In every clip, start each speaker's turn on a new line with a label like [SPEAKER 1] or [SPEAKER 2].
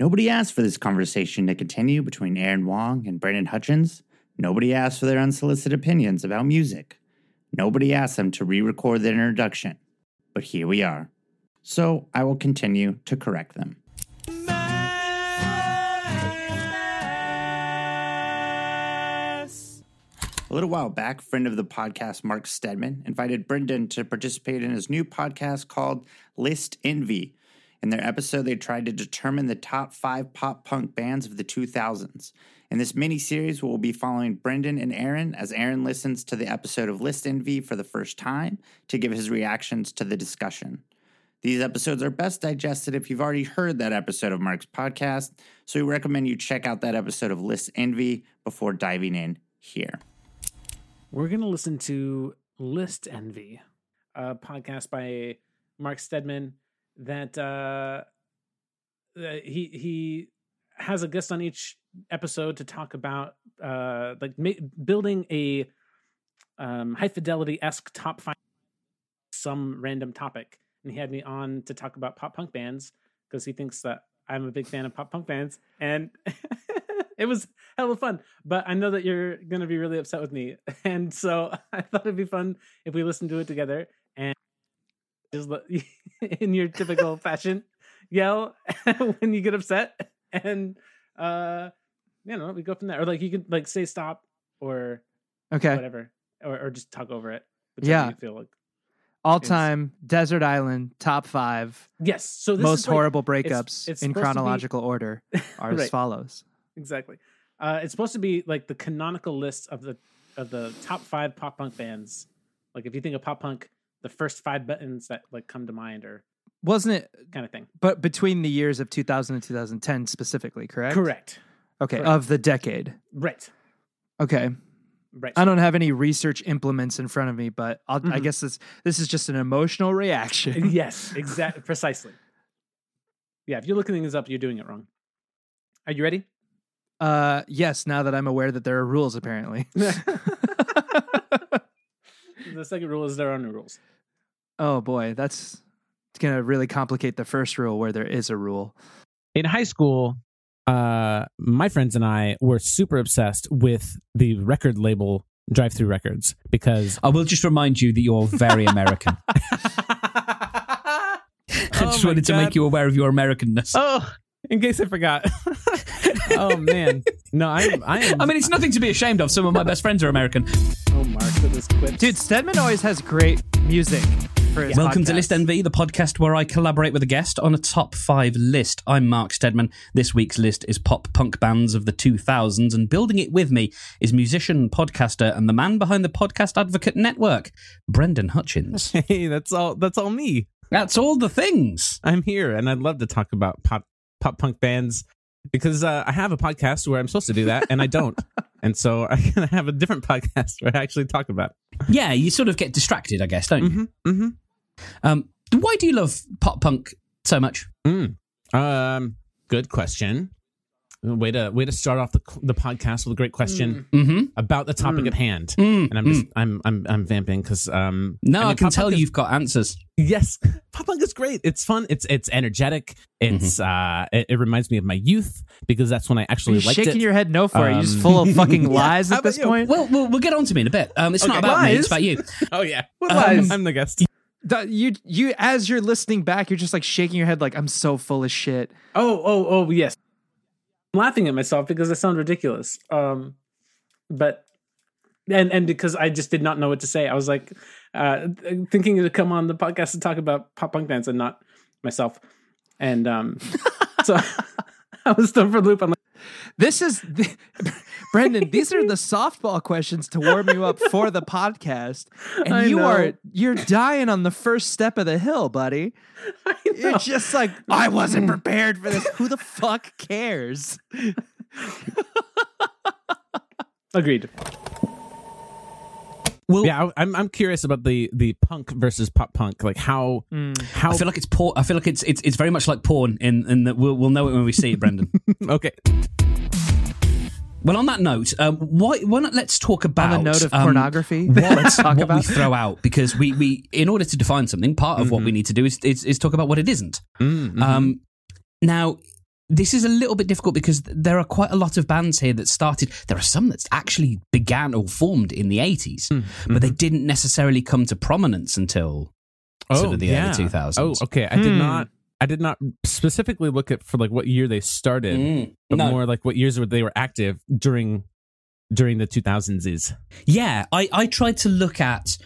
[SPEAKER 1] Nobody asked for this conversation to continue between Aaron Wong and Brandon Hutchins. Nobody asked for their unsolicited opinions about music. Nobody asked them to re record their introduction. But here we are. So I will continue to correct them. A little while back, friend of the podcast Mark Stedman invited Brendan to participate in his new podcast called List Envy. In their episode, they tried to determine the top five pop punk bands of the 2000s. In this mini series, we'll be following Brendan and Aaron as Aaron listens to the episode of List Envy for the first time to give his reactions to the discussion. These episodes are best digested if you've already heard that episode of Mark's podcast, so we recommend you check out that episode of List Envy before diving in here.
[SPEAKER 2] We're going to listen to List Envy, a podcast by Mark Stedman that uh, that he he has a guest on each episode to talk about uh, like ma- building a um, high fidelity esque top five some random topic, and he had me on to talk about pop punk bands because he thinks that I'm a big fan of pop punk bands, and it was hella fun. But I know that you're gonna be really upset with me, and so I thought it'd be fun if we listened to it together and just let- in your typical fashion yell when you get upset, and uh, you know we go from there. Or like you can like say stop or
[SPEAKER 3] Okay.
[SPEAKER 2] whatever, or, or just talk over it.
[SPEAKER 3] Yeah.
[SPEAKER 2] Whichever you feel like
[SPEAKER 3] All
[SPEAKER 2] It's-
[SPEAKER 3] time Desert Island top five
[SPEAKER 2] yes. So this
[SPEAKER 3] most
[SPEAKER 2] is like-
[SPEAKER 3] horrible
[SPEAKER 2] it's
[SPEAKER 3] breakups
[SPEAKER 2] supposed to
[SPEAKER 3] in
[SPEAKER 2] be-
[SPEAKER 3] chronological order are as
[SPEAKER 2] Right.
[SPEAKER 3] follows.
[SPEAKER 2] exactly. Uh, it's supposed to be like the canonical list of the of the top five pop punk bands. Like if you think of pop punk, the first five buttons that like come to mind or
[SPEAKER 3] Wasn't it?
[SPEAKER 2] kind of thing.
[SPEAKER 3] But between the years of 2000 and 2010 specifically, correct?
[SPEAKER 2] Correct.
[SPEAKER 3] Okay,
[SPEAKER 2] Correct.
[SPEAKER 3] of the decade.
[SPEAKER 2] Right.
[SPEAKER 3] Okay,
[SPEAKER 2] Right.
[SPEAKER 3] I don't have any research implements in front of me, but I'll, I
[SPEAKER 2] Mhm.
[SPEAKER 3] guess this this is just an emotional reaction.
[SPEAKER 2] Uh, yes. Exactly. precisely. Yeah. If you're looking things up, you're doing it wrong. Are you ready?
[SPEAKER 3] Uh, yes, now that I'm aware that there are rules, apparently.
[SPEAKER 2] The second rule is there are no rules.
[SPEAKER 3] oh boy, that's it's gonna really complicate the first rule where there is a rule.
[SPEAKER 4] in high school, uh, my friends and I were super obsessed with the record label Drive Through Records because
[SPEAKER 5] I will just remind you that you're very American. I
[SPEAKER 4] Oh
[SPEAKER 5] just
[SPEAKER 4] my
[SPEAKER 5] wanted to
[SPEAKER 4] God.
[SPEAKER 5] make you aware of your Americanness.
[SPEAKER 4] oh, in case I forgot. oh man, no, I'm I am.
[SPEAKER 5] I mean, it's nothing to be ashamed of. Some of my best friends are American.
[SPEAKER 2] Oh, Mark, for this quip.
[SPEAKER 3] Dude, Stedman always has great music for his
[SPEAKER 5] Welcome to
[SPEAKER 3] podcast.
[SPEAKER 5] List NV, the podcast where I collaborate with a guest on a top five list. I'm Mark Stedman. This week's list is pop punk bands of the 2000s, and building it with me is musician, podcaster, and the man behind the Podcast Advocate Network, Brendan Hutchins.
[SPEAKER 4] hey, that's all. That's all me.
[SPEAKER 5] That's all the things.
[SPEAKER 4] I'm here, and I'd love to talk about pop pop punk bands because uh, I have a podcast where I'm supposed to do that, and I don't. and so I'm gonna have a different podcast where I actually talk about.
[SPEAKER 5] Yeah, you sort of get distracted, I guess, don't you?
[SPEAKER 4] Mm-hmm. Mm-hmm.
[SPEAKER 5] Um, why do you love pop punk so much?
[SPEAKER 4] Mm. Um, good question. Way to way to start off the the podcast with a great question
[SPEAKER 5] Mm-hmm.
[SPEAKER 4] about the topic at hand.
[SPEAKER 5] Mm.
[SPEAKER 4] And I'm just I'm I'm I'm vamping because um
[SPEAKER 5] No, I,
[SPEAKER 4] mean,
[SPEAKER 5] can
[SPEAKER 4] pop
[SPEAKER 5] tell
[SPEAKER 4] punk is-
[SPEAKER 5] you've got answers.
[SPEAKER 4] yes pop punk is great it's fun it's it's energetic
[SPEAKER 5] Mm-hmm.
[SPEAKER 4] it's uh it, it reminds me of my youth because that's when I
[SPEAKER 3] Are
[SPEAKER 4] actually
[SPEAKER 3] you
[SPEAKER 4] liked
[SPEAKER 3] shaking
[SPEAKER 4] it
[SPEAKER 3] your head no for it. You're just full
[SPEAKER 5] um,
[SPEAKER 3] of fucking lies
[SPEAKER 4] How
[SPEAKER 3] at
[SPEAKER 4] about
[SPEAKER 3] this
[SPEAKER 4] you?
[SPEAKER 3] point.
[SPEAKER 5] Well, we'll, we'll get on to me in a bit. Um, it's not
[SPEAKER 4] Okay.
[SPEAKER 5] about me; it's
[SPEAKER 3] Lies.
[SPEAKER 5] about you.
[SPEAKER 4] oh yeah
[SPEAKER 3] Um, lies?
[SPEAKER 4] I'm the guest
[SPEAKER 3] Th- you you as you're listening back, you're just like shaking your head, like I'm so full of shit.
[SPEAKER 2] Oh, oh, oh, yes. I'm laughing at myself because I sound ridiculous. Um, but and and because I just did not know what to say, I was like uh, th- thinking to come on the podcast to talk about pop punk bands and not myself. And um, so I was thrown for a loop. I'm like,
[SPEAKER 3] This is the, Brendan. These are the softball questions to warm you up for the podcast, and
[SPEAKER 2] I
[SPEAKER 3] you
[SPEAKER 2] know.
[SPEAKER 3] are you're dying on the first step of the hill, buddy.
[SPEAKER 2] I
[SPEAKER 3] You're
[SPEAKER 2] know.
[SPEAKER 3] just like I wasn't prepared for this. Who the fuck cares?
[SPEAKER 2] agreed.
[SPEAKER 5] Well,
[SPEAKER 4] yeah I, I'm I'm curious about the the punk versus pop punk like how how
[SPEAKER 5] I feel like it's por- I feel like it's it's, it's very much like porn, in, in that we'll, we'll know it when we see it, Brendan.
[SPEAKER 4] okay
[SPEAKER 5] well, on that note, um, why why not let's talk about
[SPEAKER 3] On the note of
[SPEAKER 5] um,
[SPEAKER 3] pornography,
[SPEAKER 5] What,
[SPEAKER 3] let's talk
[SPEAKER 5] what we
[SPEAKER 3] about.
[SPEAKER 5] throw out because we, we in order to define something, part of what we need to do is, is is talk about what it isn't.
[SPEAKER 4] Mm, mhm.
[SPEAKER 5] Um, now, this is a little bit difficult because there are quite a lot of bands here that started. There are some that actually began or formed in the 80s, but they didn't necessarily come to prominence until sort of the early 2000s.
[SPEAKER 4] Oh, okay. I did
[SPEAKER 3] Hmm.
[SPEAKER 4] not. I did not specifically look at for like what year they started,
[SPEAKER 5] Mm.
[SPEAKER 4] but
[SPEAKER 5] No.
[SPEAKER 4] more like what years were they were active during during the 2000s is.
[SPEAKER 5] Yeah, I, I tried to look at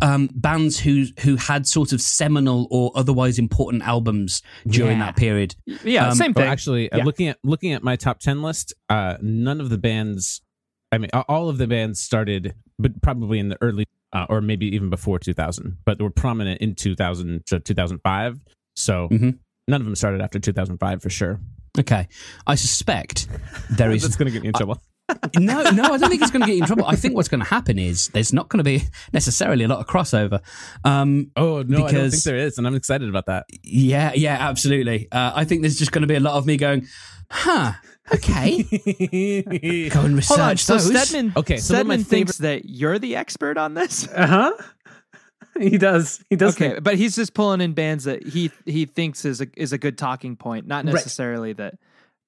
[SPEAKER 5] um, bands who who had sort of seminal or otherwise important albums during
[SPEAKER 4] Yeah.
[SPEAKER 5] that period.
[SPEAKER 3] Yeah,
[SPEAKER 5] Um,
[SPEAKER 3] same
[SPEAKER 4] Well,
[SPEAKER 3] thing.
[SPEAKER 4] actually, uh,
[SPEAKER 3] Yeah.
[SPEAKER 4] looking at looking at my top 10 list, uh none of the bands I mean a- all of the bands started but probably in the early uh, or maybe even before 2000, but were prominent in 2000 to 2005. So
[SPEAKER 5] Mhm.
[SPEAKER 4] none of them started after 2005 for sure.
[SPEAKER 5] Okay, I suspect there is
[SPEAKER 4] That's going to get me in trouble.
[SPEAKER 5] no, no, I don't think it's going to get you in trouble. I think what's going to happen is there's not going to be necessarily a lot of crossover. Um,
[SPEAKER 4] oh, no, I don't
[SPEAKER 5] because-
[SPEAKER 4] think there is and I'm excited about that.
[SPEAKER 5] yeah, yeah, absolutely. Uh, I think there's just going to be a lot of me going, huh, okay, go and research
[SPEAKER 3] Hold on. So
[SPEAKER 5] those.
[SPEAKER 3] Stedman,
[SPEAKER 4] Okay, so one of my
[SPEAKER 3] Stedman thinks
[SPEAKER 4] favorite-
[SPEAKER 3] that you're the expert on this.
[SPEAKER 2] Uh huh. He does. He does.
[SPEAKER 3] Okay,
[SPEAKER 2] think-
[SPEAKER 3] but he's just pulling in bands that he he thinks is a is a good talking point, not
[SPEAKER 2] Right.
[SPEAKER 3] necessarily that.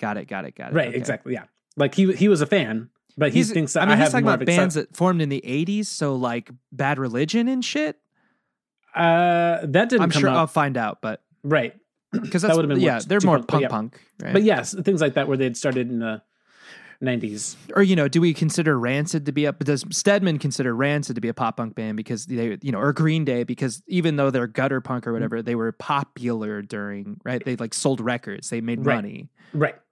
[SPEAKER 3] Got it. Got it. Got it.
[SPEAKER 2] Right.
[SPEAKER 3] okay.
[SPEAKER 2] Exactly. Yeah. Like he he was a fan, but he
[SPEAKER 3] He's-
[SPEAKER 2] thinks that
[SPEAKER 3] I mean,
[SPEAKER 2] have
[SPEAKER 3] he's talking
[SPEAKER 2] more
[SPEAKER 3] about
[SPEAKER 2] of a-
[SPEAKER 3] bands that formed in the '80s, so like Bad Religion and shit.
[SPEAKER 2] Uh, that didn't
[SPEAKER 3] I'm
[SPEAKER 2] come
[SPEAKER 3] sure I'll
[SPEAKER 2] up.
[SPEAKER 3] find out, but
[SPEAKER 2] right.
[SPEAKER 3] because
[SPEAKER 2] That
[SPEAKER 3] that's
[SPEAKER 2] would've been
[SPEAKER 3] yeah,
[SPEAKER 2] worse.
[SPEAKER 3] they're
[SPEAKER 2] Too
[SPEAKER 3] more
[SPEAKER 2] punk, but
[SPEAKER 3] punk
[SPEAKER 2] yeah.
[SPEAKER 3] punk, right?
[SPEAKER 2] But yes, things like that where they'd started in the nineties.
[SPEAKER 3] or you know, do we consider Rancid to be up? Does Stedman consider Rancid to be a pop punk band because they, you know, or Green Day because even though they're gutter punk or whatever, they were popular during right. They like sold records, they made
[SPEAKER 2] Right.
[SPEAKER 3] money.
[SPEAKER 2] Right.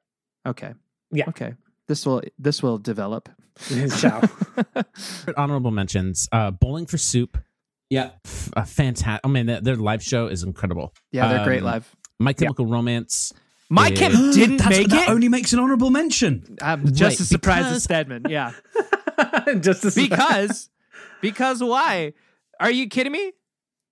[SPEAKER 3] Okay,
[SPEAKER 2] Yeah.
[SPEAKER 3] okay. This will this will develop.
[SPEAKER 2] Ciao.
[SPEAKER 4] honorable mentions uh bowling for soup
[SPEAKER 5] yeah,
[SPEAKER 4] f- a fantastic i mean their, their live show is incredible
[SPEAKER 3] yeah, they're great
[SPEAKER 4] Um,
[SPEAKER 3] live.
[SPEAKER 4] my chemical romance
[SPEAKER 3] My
[SPEAKER 4] yeah.
[SPEAKER 3] Chem didn't
[SPEAKER 5] That's-
[SPEAKER 3] make
[SPEAKER 5] that
[SPEAKER 3] it.
[SPEAKER 5] only makes an honorable mention.
[SPEAKER 3] I'm just
[SPEAKER 4] Right,
[SPEAKER 3] as surprised
[SPEAKER 4] because-
[SPEAKER 3] as Stedman. Yeah,
[SPEAKER 2] Just as
[SPEAKER 3] because because why? Are you kidding me?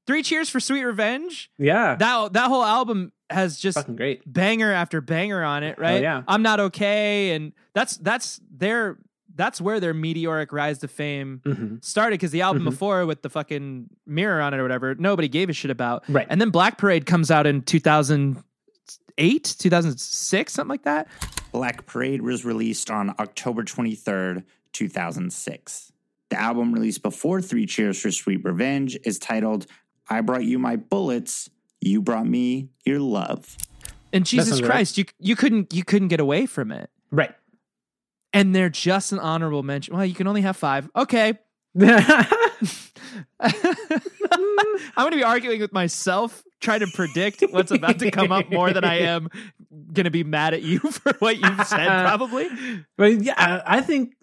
[SPEAKER 3] Three cheers for Sweet Revenge.
[SPEAKER 2] yeah,
[SPEAKER 3] that that whole album has just
[SPEAKER 2] fucking great.
[SPEAKER 3] banger after banger on it, right?
[SPEAKER 2] Oh, yeah.
[SPEAKER 3] I'm not okay, and that's that's their that's where their meteoric rise to fame
[SPEAKER 2] hmm
[SPEAKER 3] started because the album
[SPEAKER 2] Mhm.
[SPEAKER 3] before with the fucking mirror on it or whatever, nobody gave a shit about.
[SPEAKER 2] Right.
[SPEAKER 3] And then Black Parade comes out in 2008, 2006, something like that.
[SPEAKER 1] Black Parade was released on October 23rd, 2006. The album released before Three Cheers for Sweet Revenge is titled I Brought You My Bullets, You Brought Me Your Love.
[SPEAKER 3] And Jesus
[SPEAKER 2] sounds right.
[SPEAKER 3] Christ, you you couldn't you couldn't get away from it.
[SPEAKER 2] Right.
[SPEAKER 3] And they're just an honorable mention. Well, you can only have five. Okay. I'm going to be arguing with myself, trying to predict what's about to come up more than I am going to be mad at you for what you've said, probably.
[SPEAKER 2] but yeah, I I think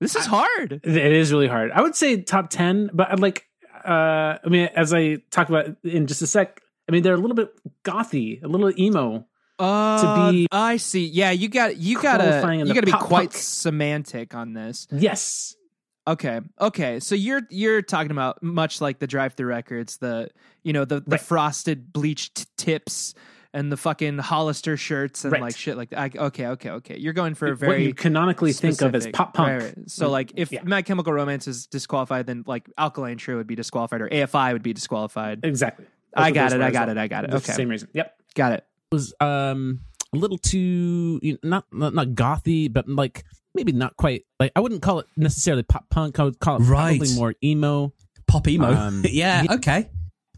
[SPEAKER 3] This is hard.
[SPEAKER 2] It is really hard. I would say top 10, but I'd like, uh, I mean, as I talk about in just a sec, I mean, they're a little bit gothy, a little emo.
[SPEAKER 3] Uh,
[SPEAKER 2] be
[SPEAKER 3] I see. Yeah, you got you got to
[SPEAKER 2] qualifying in
[SPEAKER 3] you got
[SPEAKER 2] the
[SPEAKER 3] to be
[SPEAKER 2] pop
[SPEAKER 3] quite
[SPEAKER 2] punk.
[SPEAKER 3] semantic on this.
[SPEAKER 2] Yes.
[SPEAKER 3] Okay. Okay. So you're you're talking about much like the drive-through records, the you know, the the
[SPEAKER 2] Right.
[SPEAKER 3] frosted bleached tips and the fucking Hollister shirts and
[SPEAKER 2] Right.
[SPEAKER 3] like shit like that. I, okay, okay, okay. You're going for a
[SPEAKER 2] what
[SPEAKER 3] very
[SPEAKER 2] you canonically think of as
[SPEAKER 3] specific.
[SPEAKER 2] pop punk. Mm,
[SPEAKER 3] Right, right. So like if
[SPEAKER 2] Yeah.
[SPEAKER 3] My Chemical Romance is disqualified, then like Alkaline Trio would be disqualified or AFI would be disqualified.
[SPEAKER 2] Exactly.
[SPEAKER 3] I got it. I got it. I got it. Okay.
[SPEAKER 2] Same reason. Yep.
[SPEAKER 3] Got it.
[SPEAKER 4] was um a little too you know, not, not not gothy but like maybe not quite like i wouldn't call it necessarily pop punk i would call it
[SPEAKER 5] Right.
[SPEAKER 4] probably more emo
[SPEAKER 5] Pop emo.
[SPEAKER 4] Um,
[SPEAKER 5] yeah, okay,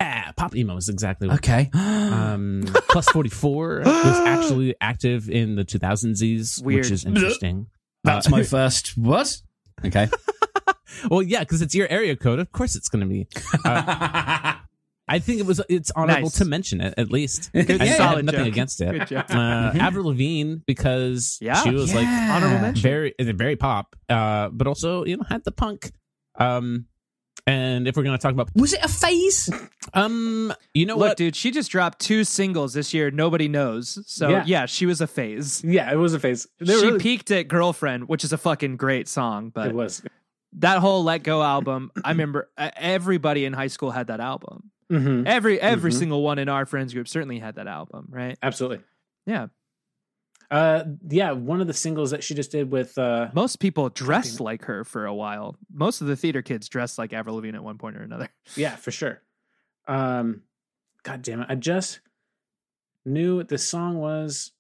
[SPEAKER 4] ah pop emo is exactly what
[SPEAKER 5] okay. Uh,
[SPEAKER 4] um plus 44 was actually active in the 2000s
[SPEAKER 3] Weird.
[SPEAKER 4] which is interesting Uh,
[SPEAKER 5] That's my first what? Okay.
[SPEAKER 4] Well, yeah, because it's your area code. Of course, it's going to be. uh, I think it was. It's honorable
[SPEAKER 3] Nice.
[SPEAKER 4] to mention it at least. I
[SPEAKER 5] Yeah,
[SPEAKER 4] have
[SPEAKER 3] solid
[SPEAKER 4] nothing
[SPEAKER 3] joke.
[SPEAKER 4] against it.
[SPEAKER 3] Good job.
[SPEAKER 4] Uh,
[SPEAKER 5] Mm-hmm.
[SPEAKER 4] Avril Lavigne because
[SPEAKER 3] Yeah.
[SPEAKER 4] she was like
[SPEAKER 3] Honorable mention.
[SPEAKER 4] very very pop, uh, but also you know had the punk. Um, and if we're going to talk about,
[SPEAKER 5] Was it a phase?
[SPEAKER 4] um, you know
[SPEAKER 3] Look,
[SPEAKER 4] what?
[SPEAKER 3] dude, she just dropped two singles this year. Nobody knows. So yeah,
[SPEAKER 2] Yeah.
[SPEAKER 3] she was a phase.
[SPEAKER 2] Yeah, it was a phase. They
[SPEAKER 3] she
[SPEAKER 2] were really-
[SPEAKER 3] peaked at Girlfriend, which is a fucking great song. But
[SPEAKER 2] It was.
[SPEAKER 3] that whole Let Go album, I remember uh, everybody in high school had that album.
[SPEAKER 2] hmm
[SPEAKER 3] Every every
[SPEAKER 2] Mhm.
[SPEAKER 3] single one in our friends group certainly had that album, right?
[SPEAKER 2] Absolutely.
[SPEAKER 3] Yeah.
[SPEAKER 2] Uh, yeah, one of the singles that she just did with uh,
[SPEAKER 3] Most people dressed like her for a while. Most of the theater kids dressed like Avril Lavigne at one point or another.
[SPEAKER 2] Yeah, for sure. Um, God damn it! I just knew what the song was.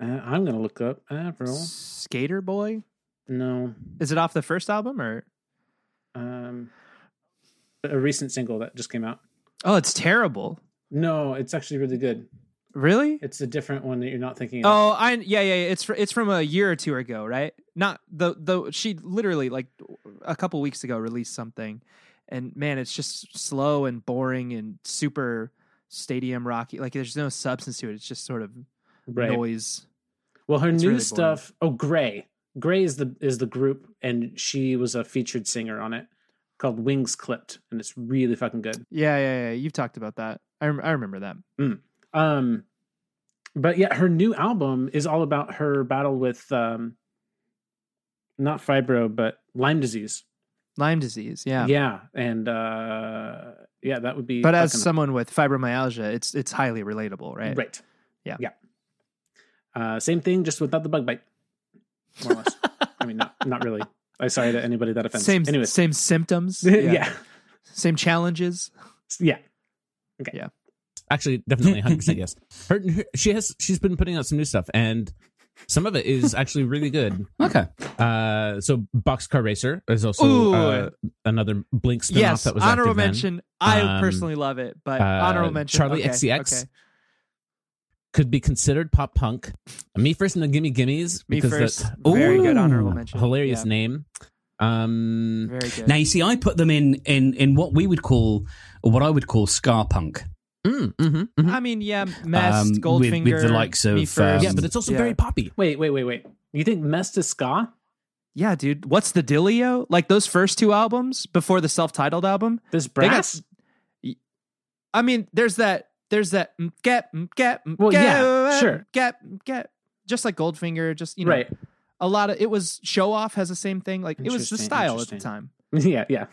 [SPEAKER 2] Uh, I'm gonna look up Avril.
[SPEAKER 3] Skater Boy?
[SPEAKER 2] No,
[SPEAKER 3] Is it off the first album or?
[SPEAKER 2] um, a recent single that just came out.
[SPEAKER 3] Oh, it's terrible.
[SPEAKER 2] No, it's actually really good.
[SPEAKER 3] Really?
[SPEAKER 2] It's a different one that you're not thinking of.
[SPEAKER 3] Oh, I yeah yeah yeah. It's fr- it's from a year or two ago, right? Not the the she literally like a couple weeks ago released something, and man, it's just slow and boring and super stadium rocky. Like there's no substance to it. It's just sort of
[SPEAKER 2] right.
[SPEAKER 3] noise.
[SPEAKER 2] Well, her
[SPEAKER 3] It's
[SPEAKER 2] new
[SPEAKER 3] really boring.
[SPEAKER 2] stuff. Oh, Gray. Gray is the is the group, and she was a featured singer on it called Wings Clipped, and it's really fucking good.
[SPEAKER 3] Yeah yeah yeah. You've talked about that. I rem- I remember that.
[SPEAKER 2] Um, but yeah, her new album is all about her battle with um, not fibro, but Lyme disease.
[SPEAKER 3] Lyme disease. Yeah.
[SPEAKER 2] yeah, and uh, yeah, that would be.
[SPEAKER 3] But as
[SPEAKER 2] fucking-
[SPEAKER 3] someone with fibromyalgia, it's it's highly relatable, right? Yeah.
[SPEAKER 2] Yeah. Uh, same thing, just without the bug bite. More or less. I mean, not not really. I sorry to anybody that offends.
[SPEAKER 3] Same
[SPEAKER 2] Anyways.
[SPEAKER 3] same symptoms.
[SPEAKER 2] yeah. yeah.
[SPEAKER 3] Same challenges.
[SPEAKER 4] Actually, definitely 100 percent yes. Her, her- she has she's been putting out some new stuff, and some of it is actually really good.
[SPEAKER 5] Okay.
[SPEAKER 4] Uh, so Boxcar Racer is also
[SPEAKER 3] Ooh.
[SPEAKER 4] uh, another Blink spinoff
[SPEAKER 3] yes,
[SPEAKER 4] that was
[SPEAKER 3] honorable
[SPEAKER 4] active then.
[SPEAKER 3] mention. I
[SPEAKER 4] Um,
[SPEAKER 3] personally love it, but
[SPEAKER 4] uh,
[SPEAKER 3] honorable mention.
[SPEAKER 4] Charli
[SPEAKER 3] okay,
[SPEAKER 4] XCX.
[SPEAKER 3] okay.
[SPEAKER 4] Could be considered pop punk. Me first and the Gimme Gimmies.
[SPEAKER 3] Me
[SPEAKER 4] because
[SPEAKER 3] first.
[SPEAKER 4] the-
[SPEAKER 3] Very good
[SPEAKER 4] Ooh,
[SPEAKER 3] honorable mention.
[SPEAKER 4] Hilarious
[SPEAKER 3] Yeah.
[SPEAKER 4] name. Um,
[SPEAKER 3] Very good.
[SPEAKER 5] Now you see, I put them in in in what we would call, or what I would call, scar punk.
[SPEAKER 4] mm, mhm, mhm.
[SPEAKER 3] I mean, yeah, Mest,
[SPEAKER 5] Um, with- with the
[SPEAKER 3] Goldfinger,
[SPEAKER 5] likes of,
[SPEAKER 3] Me First.
[SPEAKER 5] um,
[SPEAKER 4] yeah, but it's also
[SPEAKER 3] yeah.
[SPEAKER 4] very poppy.
[SPEAKER 2] Wait, wait, wait, wait. You think Mest is ska?
[SPEAKER 3] yeah, dude. What's the dealio? Like those first two albums before the self-titled album.
[SPEAKER 2] This
[SPEAKER 3] They got-
[SPEAKER 2] brass?
[SPEAKER 3] I mean, there's that. There's that. mm, Get mm, get. mm,
[SPEAKER 2] Well,
[SPEAKER 3] get,
[SPEAKER 2] yeah,
[SPEAKER 3] mm,
[SPEAKER 2] sure.
[SPEAKER 3] Get mm, get. Just like Goldfinger, just you know,
[SPEAKER 2] right.
[SPEAKER 3] a lot of it was show off has the same thing. Like it was the
[SPEAKER 2] Interesting,
[SPEAKER 3] style at the
[SPEAKER 2] interesting.
[SPEAKER 3] time.
[SPEAKER 2] Yeah, yeah.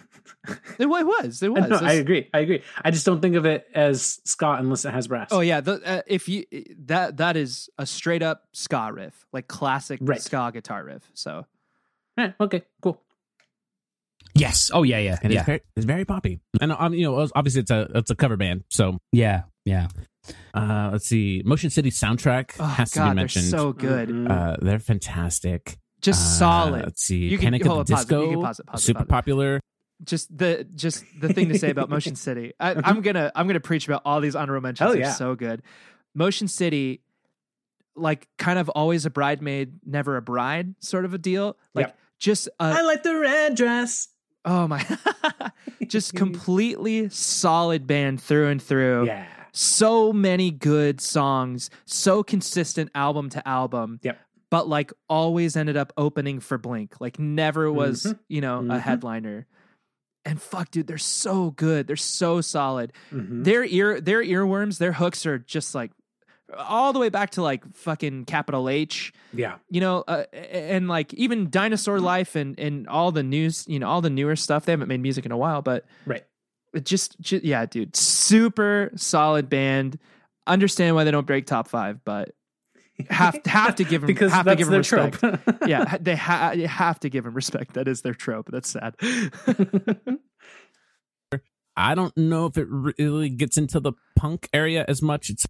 [SPEAKER 3] It, wa- it was. It
[SPEAKER 2] I,
[SPEAKER 3] was.
[SPEAKER 2] know, I
[SPEAKER 3] It's-
[SPEAKER 2] agree. I agree. I just don't think of it as ska unless it has brass.
[SPEAKER 3] Oh yeah, the, uh, if you that that is a straight up ska riff, like classic
[SPEAKER 2] Right.
[SPEAKER 3] ska guitar riff. So
[SPEAKER 2] Eh, okay, cool.
[SPEAKER 5] Yes. Oh yeah, yeah,
[SPEAKER 4] And
[SPEAKER 5] yeah,
[SPEAKER 4] it's, very, it's very poppy. And um, you know, obviously it's a it's a cover band. So
[SPEAKER 5] yeah, yeah.
[SPEAKER 4] uh, let's see, Motion City soundtrack
[SPEAKER 3] oh
[SPEAKER 4] has to
[SPEAKER 3] god,
[SPEAKER 4] be
[SPEAKER 3] they're
[SPEAKER 4] mentioned.
[SPEAKER 3] so good,
[SPEAKER 2] Mm,
[SPEAKER 4] uh, they're fantastic.
[SPEAKER 3] just
[SPEAKER 2] Ah,
[SPEAKER 4] Uh,
[SPEAKER 3] solid.
[SPEAKER 4] Let's see,
[SPEAKER 3] You can-
[SPEAKER 4] Panic
[SPEAKER 3] hold
[SPEAKER 4] at the
[SPEAKER 3] on, pause it. You
[SPEAKER 4] Disco,
[SPEAKER 3] can pause it, pause it,
[SPEAKER 4] super
[SPEAKER 3] pause it.
[SPEAKER 4] popular.
[SPEAKER 3] Just the just the thing to say about Motion City. I, I'm gonna I'm gonna preach about all these honorable mentions.
[SPEAKER 2] Hell
[SPEAKER 3] They're
[SPEAKER 2] yeah.
[SPEAKER 3] so good. Motion City, like kind of always a bridemaid, never a bride, sort of a deal. Like
[SPEAKER 2] Yep.
[SPEAKER 3] just a,
[SPEAKER 2] I like the red dress.
[SPEAKER 3] oh my, just completely solid band through and through.
[SPEAKER 2] Yeah.
[SPEAKER 3] so many good songs, so consistent album to album.
[SPEAKER 2] Yep.
[SPEAKER 3] But like always ended up opening for Blink. Like never was,
[SPEAKER 2] Mhm.
[SPEAKER 3] you know, a
[SPEAKER 2] Mhm.
[SPEAKER 3] headliner. And fuck, dude, they're so good. They're so solid.
[SPEAKER 2] Mhm.
[SPEAKER 3] Their ear their earworms, their hooks are just like all the way back to like fucking capital H
[SPEAKER 2] Yeah.
[SPEAKER 3] you know, uh, and like even Dinosaur Life and and all the news, you know, all the newer stuff. They haven't made music in a while, but
[SPEAKER 2] Right.
[SPEAKER 3] it just, ju- yeah, dude, super solid band. Understand why they don't break top five, but have have to give 'em-
[SPEAKER 2] because
[SPEAKER 3] have to
[SPEAKER 2] that's
[SPEAKER 3] give 'em
[SPEAKER 2] their
[SPEAKER 3] respect.
[SPEAKER 2] trope.
[SPEAKER 3] yeah, ha- they ha- you have to give them respect. That is their trope. That's sad.
[SPEAKER 4] I don't know if it really gets into the punk area as much. It's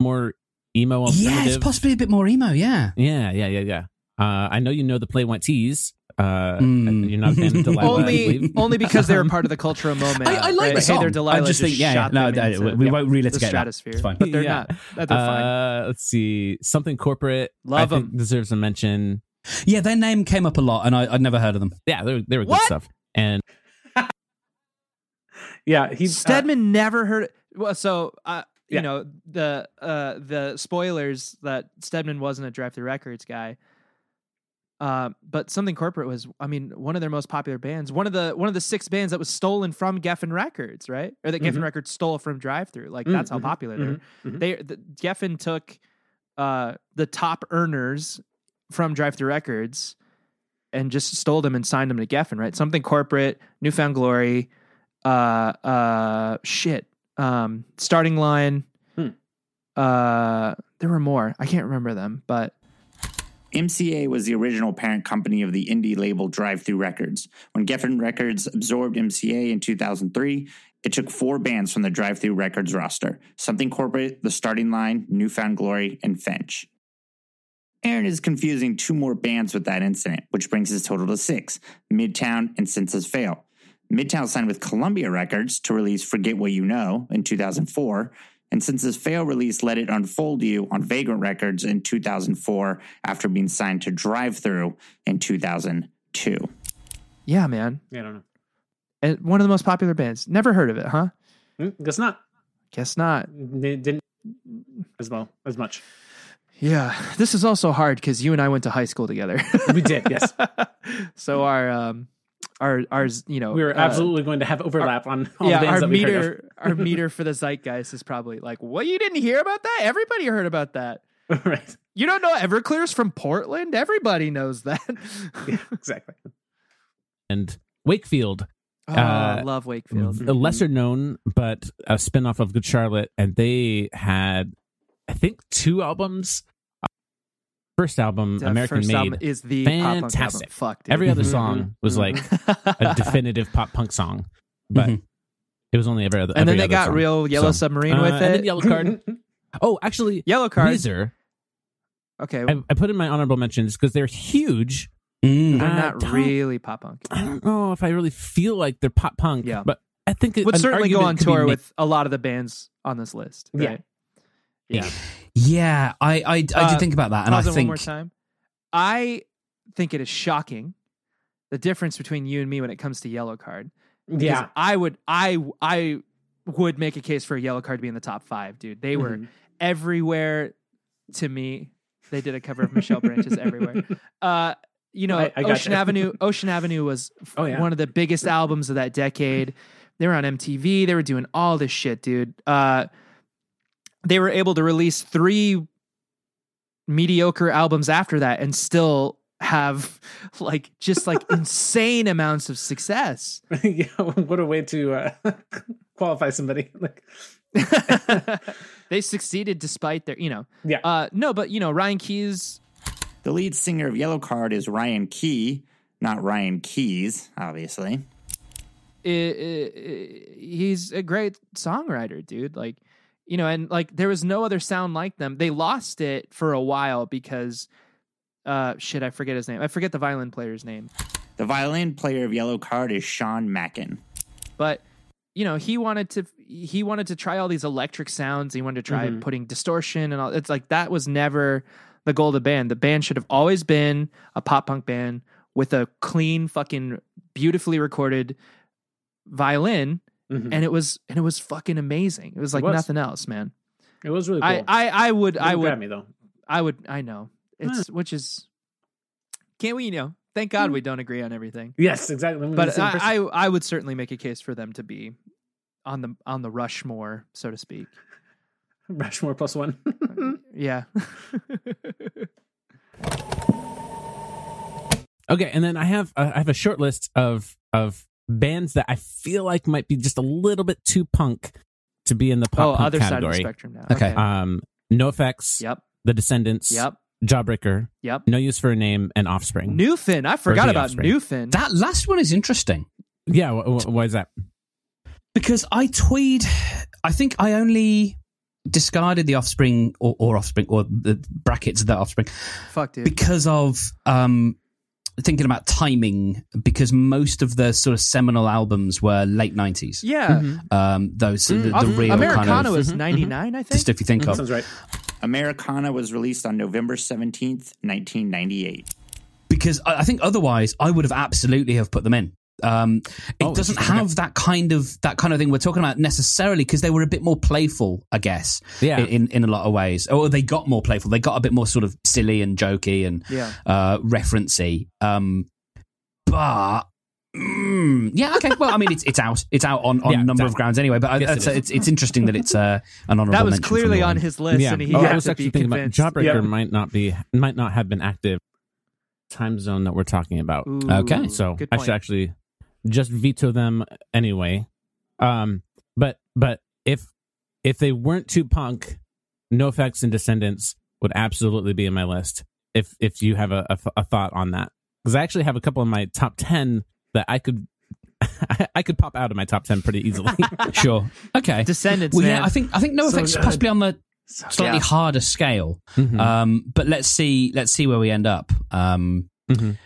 [SPEAKER 4] more emo alternative.
[SPEAKER 5] Yeah, it's possibly a bit more emo. Yeah.
[SPEAKER 4] Yeah, yeah, yeah, yeah. Uh, I know you know the Play White Tees. Uh,
[SPEAKER 5] Mm.
[SPEAKER 4] You're not a fan of Delilah, I
[SPEAKER 3] only
[SPEAKER 4] believe.
[SPEAKER 3] only because they were part of the cultural moment.
[SPEAKER 5] I, I like
[SPEAKER 3] right?
[SPEAKER 5] the song.
[SPEAKER 3] Hey, they're
[SPEAKER 5] I
[SPEAKER 3] Delilah
[SPEAKER 5] just think, yeah, yeah,
[SPEAKER 3] shot
[SPEAKER 5] no,
[SPEAKER 3] them
[SPEAKER 5] I-
[SPEAKER 3] into
[SPEAKER 5] we won't reel it
[SPEAKER 3] the
[SPEAKER 5] together.
[SPEAKER 3] stratosphere,
[SPEAKER 5] It's fine.
[SPEAKER 3] but they're
[SPEAKER 4] Yeah.
[SPEAKER 3] not. That- They're fine.
[SPEAKER 4] Uh, let's see. Something corporate.
[SPEAKER 3] Love
[SPEAKER 4] I think
[SPEAKER 3] 'em.
[SPEAKER 4] Deserves a mention.
[SPEAKER 5] Yeah, their name came up a lot, and I, I'd never heard of them.
[SPEAKER 4] Yeah, they were, they were good
[SPEAKER 3] What?
[SPEAKER 4] stuff. And
[SPEAKER 2] yeah. He, uh,
[SPEAKER 3] Stedman never heard. Well, so uh, you
[SPEAKER 2] Yeah.
[SPEAKER 3] know the uh, the spoilers that Stedman wasn't a drive through records guy. Uh, but something corporate was. I mean, one of their most popular bands. One of the one of the six bands that was stolen from Geffen Records, right? Or that Geffen
[SPEAKER 2] Mhm.
[SPEAKER 3] Records stole from Drive Through. Like
[SPEAKER 2] Mm,
[SPEAKER 3] that's how
[SPEAKER 2] mhm,
[SPEAKER 3] popular
[SPEAKER 2] mhm,
[SPEAKER 3] they were.
[SPEAKER 2] mhm.
[SPEAKER 3] They the, Geffen took uh, the top earners from Drive Through Records and just stole them and signed them to Geffen, right? Something corporate, Newfound Glory, uh, uh, shit, um, starting line.
[SPEAKER 2] Hmm.
[SPEAKER 3] Uh, there were more. I can't remember them, but
[SPEAKER 1] MCA was the original parent company of the indie label Drive Through Records. When Geffen Records absorbed MCA in 2003, it took four bands from the Drive Through Records roster Something Corporate, The Starting Line, Newfound Glory, and Finch. Aaron is confusing two more bands with that incident, which brings his total to six Midtown and Senses Fail. Midtown signed with Columbia Records to release Forget What You Know in 2004, and Senses Fail released Let It Unfold You on Vagrant Records in 2004 after being signed to Drive Through in 2002.
[SPEAKER 3] Yeah, man.
[SPEAKER 2] Yeah, I don't know.
[SPEAKER 3] And one of the most popular bands. Never heard of it, huh?
[SPEAKER 2] Mm, Guess not.
[SPEAKER 3] Guess not.
[SPEAKER 2] They didn't as well as much.
[SPEAKER 3] Yeah. This is also hard because you and I went to high school together.
[SPEAKER 2] We did, yes.
[SPEAKER 3] so our um our ours, you know
[SPEAKER 2] We were
[SPEAKER 3] uh,
[SPEAKER 2] absolutely going to have overlap on all the
[SPEAKER 3] yeah,
[SPEAKER 2] bands
[SPEAKER 3] our
[SPEAKER 2] that we heard of.
[SPEAKER 3] meter our meter for the zeitgeist is probably like, what you didn't hear about that? Everybody heard about that.
[SPEAKER 2] right.
[SPEAKER 3] You don't know Everclear's from Portland? Everybody knows that.
[SPEAKER 2] Yeah, exactly.
[SPEAKER 4] and Wakefield,
[SPEAKER 3] oh,
[SPEAKER 4] Uh,
[SPEAKER 3] love Wakefield.
[SPEAKER 4] a lesser known but a spinoff of Good Charlotte, and they had I think two albums. First album,
[SPEAKER 3] That uh,
[SPEAKER 4] American
[SPEAKER 3] first
[SPEAKER 4] Made.
[SPEAKER 3] album Mm-hmm. is the
[SPEAKER 4] Fantastic.
[SPEAKER 3] Pop-punk album. Fuck, dude.
[SPEAKER 4] Every other
[SPEAKER 2] Mhm.
[SPEAKER 4] song was like
[SPEAKER 3] Mm-hmm.
[SPEAKER 4] a definitive pop punk song, but
[SPEAKER 5] Mhm.
[SPEAKER 4] it was only every other.
[SPEAKER 3] and then
[SPEAKER 4] every
[SPEAKER 3] they
[SPEAKER 4] other
[SPEAKER 3] got
[SPEAKER 4] song.
[SPEAKER 3] real Yellow
[SPEAKER 4] So,
[SPEAKER 3] Submarine
[SPEAKER 4] Uh,
[SPEAKER 3] with
[SPEAKER 4] and then
[SPEAKER 3] it.
[SPEAKER 4] Yellow Card. oh, actually,
[SPEAKER 3] yellow card.
[SPEAKER 4] Weezer.
[SPEAKER 3] Okay,
[SPEAKER 4] I, I put in my honorable mentions because they're huge.
[SPEAKER 5] Mm.
[SPEAKER 3] they're
[SPEAKER 4] I
[SPEAKER 3] not
[SPEAKER 4] don't-
[SPEAKER 3] really pop punk.
[SPEAKER 4] I don't know if I really feel like they're pop punk,
[SPEAKER 3] Yeah.
[SPEAKER 4] but I think it
[SPEAKER 3] Would
[SPEAKER 4] an
[SPEAKER 3] certainly go
[SPEAKER 4] argument
[SPEAKER 3] on
[SPEAKER 4] could be
[SPEAKER 3] tour
[SPEAKER 4] made-
[SPEAKER 3] with a lot of the bands on this list.
[SPEAKER 2] Yeah.
[SPEAKER 3] Right?
[SPEAKER 5] Yeah, I I, I did
[SPEAKER 3] Uh,
[SPEAKER 5] think about that, and I
[SPEAKER 3] Pause it one
[SPEAKER 5] think
[SPEAKER 3] more time. I think it is shocking the difference between you and me when it comes to yellow card. Because
[SPEAKER 2] Yeah.
[SPEAKER 3] I would I I would make a case for a yellow card to be in the top five, dude. They were
[SPEAKER 2] Mhm.
[SPEAKER 3] everywhere to me. They did a cover of Michelle Branches everywhere. Uh, you know,
[SPEAKER 2] I- I gotcha.
[SPEAKER 3] Ocean Avenue. Ocean Avenue was f-
[SPEAKER 2] Oh, yeah.
[SPEAKER 3] one of the biggest albums of that decade. They were on MTV. They were doing all this shit, dude. Uh, they were able to release three mediocre albums after that and still have like just like insane amounts of success.
[SPEAKER 2] yeah, what a way to uh, qualify somebody. Like,
[SPEAKER 3] they succeeded despite their, you know,
[SPEAKER 2] yeah.
[SPEAKER 3] uh, no, but you know, Ryan Keys
[SPEAKER 1] The lead singer of Yellow Card is Ryan Key, not Ryan Keys, obviously.
[SPEAKER 3] i- i- i- he's a great songwriter, dude. Like, you know, and like there was no other sound like them. They lost it for a while because uh shit, I forget his name. I forget the violin player's name.
[SPEAKER 1] The violin player of Yellow Card is Sean Mackin.
[SPEAKER 3] But you know, he wanted to he wanted to try all these electric sounds. He wanted to try
[SPEAKER 2] Mhm.
[SPEAKER 3] putting distortion and all it's like that was never the goal of the band. The band should have always been a pop punk band with a clean fucking beautifully recorded violin
[SPEAKER 2] Mhm.
[SPEAKER 3] and it was and it was fucking amazing. It was like
[SPEAKER 2] was.
[SPEAKER 3] nothing else, man.
[SPEAKER 2] it was really cool.
[SPEAKER 3] I, I I would
[SPEAKER 2] Didn't
[SPEAKER 3] I
[SPEAKER 2] grab
[SPEAKER 3] would
[SPEAKER 2] me though.
[SPEAKER 3] I would I know it's which is can't we you know thank God we don't agree on everything,
[SPEAKER 2] Yes, exactly. I'm the
[SPEAKER 3] but
[SPEAKER 2] same person.
[SPEAKER 3] I, I I would certainly make a case for them to be on the on the Rushmore so to speak.
[SPEAKER 2] Rushmore plus one.
[SPEAKER 3] yeah,
[SPEAKER 4] Okay, and then I have uh, I have a short list of of bands that I feel like might be just a little bit too punk to be in the
[SPEAKER 3] oh
[SPEAKER 4] pop punk
[SPEAKER 3] other side of the
[SPEAKER 4] category.
[SPEAKER 3] spectrum now.
[SPEAKER 5] Okay.
[SPEAKER 4] um, No Effects,
[SPEAKER 3] Yep.
[SPEAKER 4] The Descendants,
[SPEAKER 3] Yep.
[SPEAKER 4] Jawbreaker,
[SPEAKER 3] Yep.
[SPEAKER 4] No Use for a Name, and Offspring.
[SPEAKER 3] Newfin. I forgot
[SPEAKER 4] the
[SPEAKER 3] about
[SPEAKER 4] offspring.
[SPEAKER 3] Newfin.
[SPEAKER 5] that last one is interesting
[SPEAKER 4] yeah, wh- wh- why is that?
[SPEAKER 5] because I tweed. I think I only discarded the offspring or, or offspring or the brackets of that offspring
[SPEAKER 3] Fuck dude.
[SPEAKER 5] because of um thinking about timing because most of the sort of seminal albums were late 90s
[SPEAKER 3] yeah.
[SPEAKER 5] um those the, the
[SPEAKER 3] Off-
[SPEAKER 5] real
[SPEAKER 3] Americana
[SPEAKER 5] kind of
[SPEAKER 3] was
[SPEAKER 4] Mhm, mhm.
[SPEAKER 3] 99, I think.
[SPEAKER 5] stuff you
[SPEAKER 3] Oh.
[SPEAKER 5] think
[SPEAKER 2] that
[SPEAKER 5] of
[SPEAKER 2] sounds right.
[SPEAKER 1] Americana was released on November 17th, 1998.
[SPEAKER 5] because I, I think otherwise I would have absolutely have put them in. Um, it
[SPEAKER 4] Oh,
[SPEAKER 5] doesn't
[SPEAKER 4] interesting.
[SPEAKER 5] have that kind of that kind of thing we're talking about necessarily because they were a bit more playful, I guess.
[SPEAKER 4] Yeah.
[SPEAKER 5] In in a lot of ways, or they got more playful. They got a bit more sort of silly and jokey and
[SPEAKER 3] yeah.
[SPEAKER 5] uh, referency. Um, but mm, yeah, okay. Well, I mean, it's it's out. It's out on on
[SPEAKER 4] Yeah,
[SPEAKER 5] a number
[SPEAKER 4] exactly.
[SPEAKER 5] of grounds anyway. But I,
[SPEAKER 4] Yes, it
[SPEAKER 5] it's,
[SPEAKER 4] is.
[SPEAKER 5] it's it's interesting that it's uh, an honorable.
[SPEAKER 3] That was
[SPEAKER 5] mention from
[SPEAKER 3] clearly
[SPEAKER 5] your
[SPEAKER 3] on
[SPEAKER 5] end.
[SPEAKER 3] his list,
[SPEAKER 4] yeah,
[SPEAKER 3] and he
[SPEAKER 4] oh, I
[SPEAKER 3] had
[SPEAKER 4] was
[SPEAKER 3] to
[SPEAKER 4] actually
[SPEAKER 3] be
[SPEAKER 4] thinking
[SPEAKER 3] convinced.
[SPEAKER 4] about Jawbreaker
[SPEAKER 2] Yeah.
[SPEAKER 4] might not be might not have been active time zone that we're talking about.
[SPEAKER 5] Okay.
[SPEAKER 3] Ooh,
[SPEAKER 4] so
[SPEAKER 3] good
[SPEAKER 4] I
[SPEAKER 3] point.
[SPEAKER 4] should actually just veto them anyway. Um, but but if if they weren't too punk, NoFX and Descendants would absolutely be in my list. If if you have a, a, a thought on that, because I actually have a couple of my top ten that I could I, could pop out of my top ten pretty easily.
[SPEAKER 5] Sure. Okay.
[SPEAKER 3] Descendants.
[SPEAKER 5] Well,
[SPEAKER 3] man.
[SPEAKER 5] yeah, I think I think no
[SPEAKER 2] So
[SPEAKER 5] effects
[SPEAKER 2] good.
[SPEAKER 5] possibly on the slightly
[SPEAKER 3] uh, Yeah. Hmm.
[SPEAKER 5] harder scale.
[SPEAKER 4] Mm-hmm.
[SPEAKER 3] Uh,
[SPEAKER 5] Um, but let's see, let's see where we end up. Um,
[SPEAKER 4] Mhm.